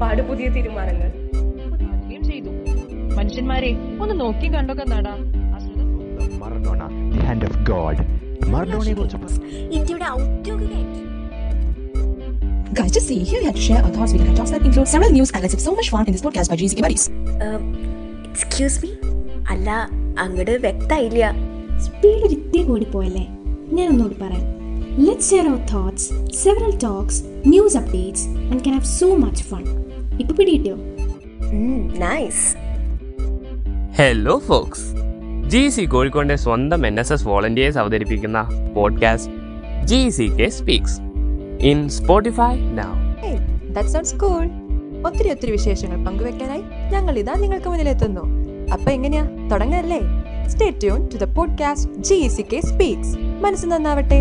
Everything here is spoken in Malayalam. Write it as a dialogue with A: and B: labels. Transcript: A: പാട് പുതിയ തീരുമാനങ്ങൾ
B: പുതിയ ചെയ്തു മനുഷ്യന്മാരെ ഒന്ന് നോക്കി കണ്ടൊക്കെ നടാ അസുഖം
C: The Maradona, the hand of God. മറഡോണയെ കുറിച്ച്
D: ഇന്ത്യയുടെ ഔദ്യോഗിക
E: Guys, just see here we had to share our thoughts. We had talks that include several news and let's have so much fun in this podcast by GCK Buddies.
D: Excuse me അല്ല അങ്ങോട്ട് വ്യക്തമായില്ല
F: സ്പീഡ് ഒരിത്തിരി കൂടിപ്പോയല്ലേ ഞാൻ ഒന്നുകൂടി പറയാം let share our thoughts several talks news updates and can have so much fun ഇപ്പൊ പിടികിട്ടിയോ
D: nice
G: hello folks G C കോഴിക്കോടിന്റെ സ്വന്തം എൻ എസ് എസ് വോളണ്ടിയേഴ്സ് അവതരിപ്പിക്കുന്ന podcast G C K speaks in Spotify now
H: that sounds cool ഒത്തിരി ഒത്തിരി വിശേഷങ്ങൾ പങ്കുവെക്കാനായി ഞങ്ങൾ ഇതാ നിങ്ങൾക്ക് മുന്നിലെത്തുന്നു അപ്പൊ എങ്ങനെയാ E തുടങ്ങല്ലേ stay tune to the podcast G C K speaks മനസ്സ് നന്നാവട്ടെ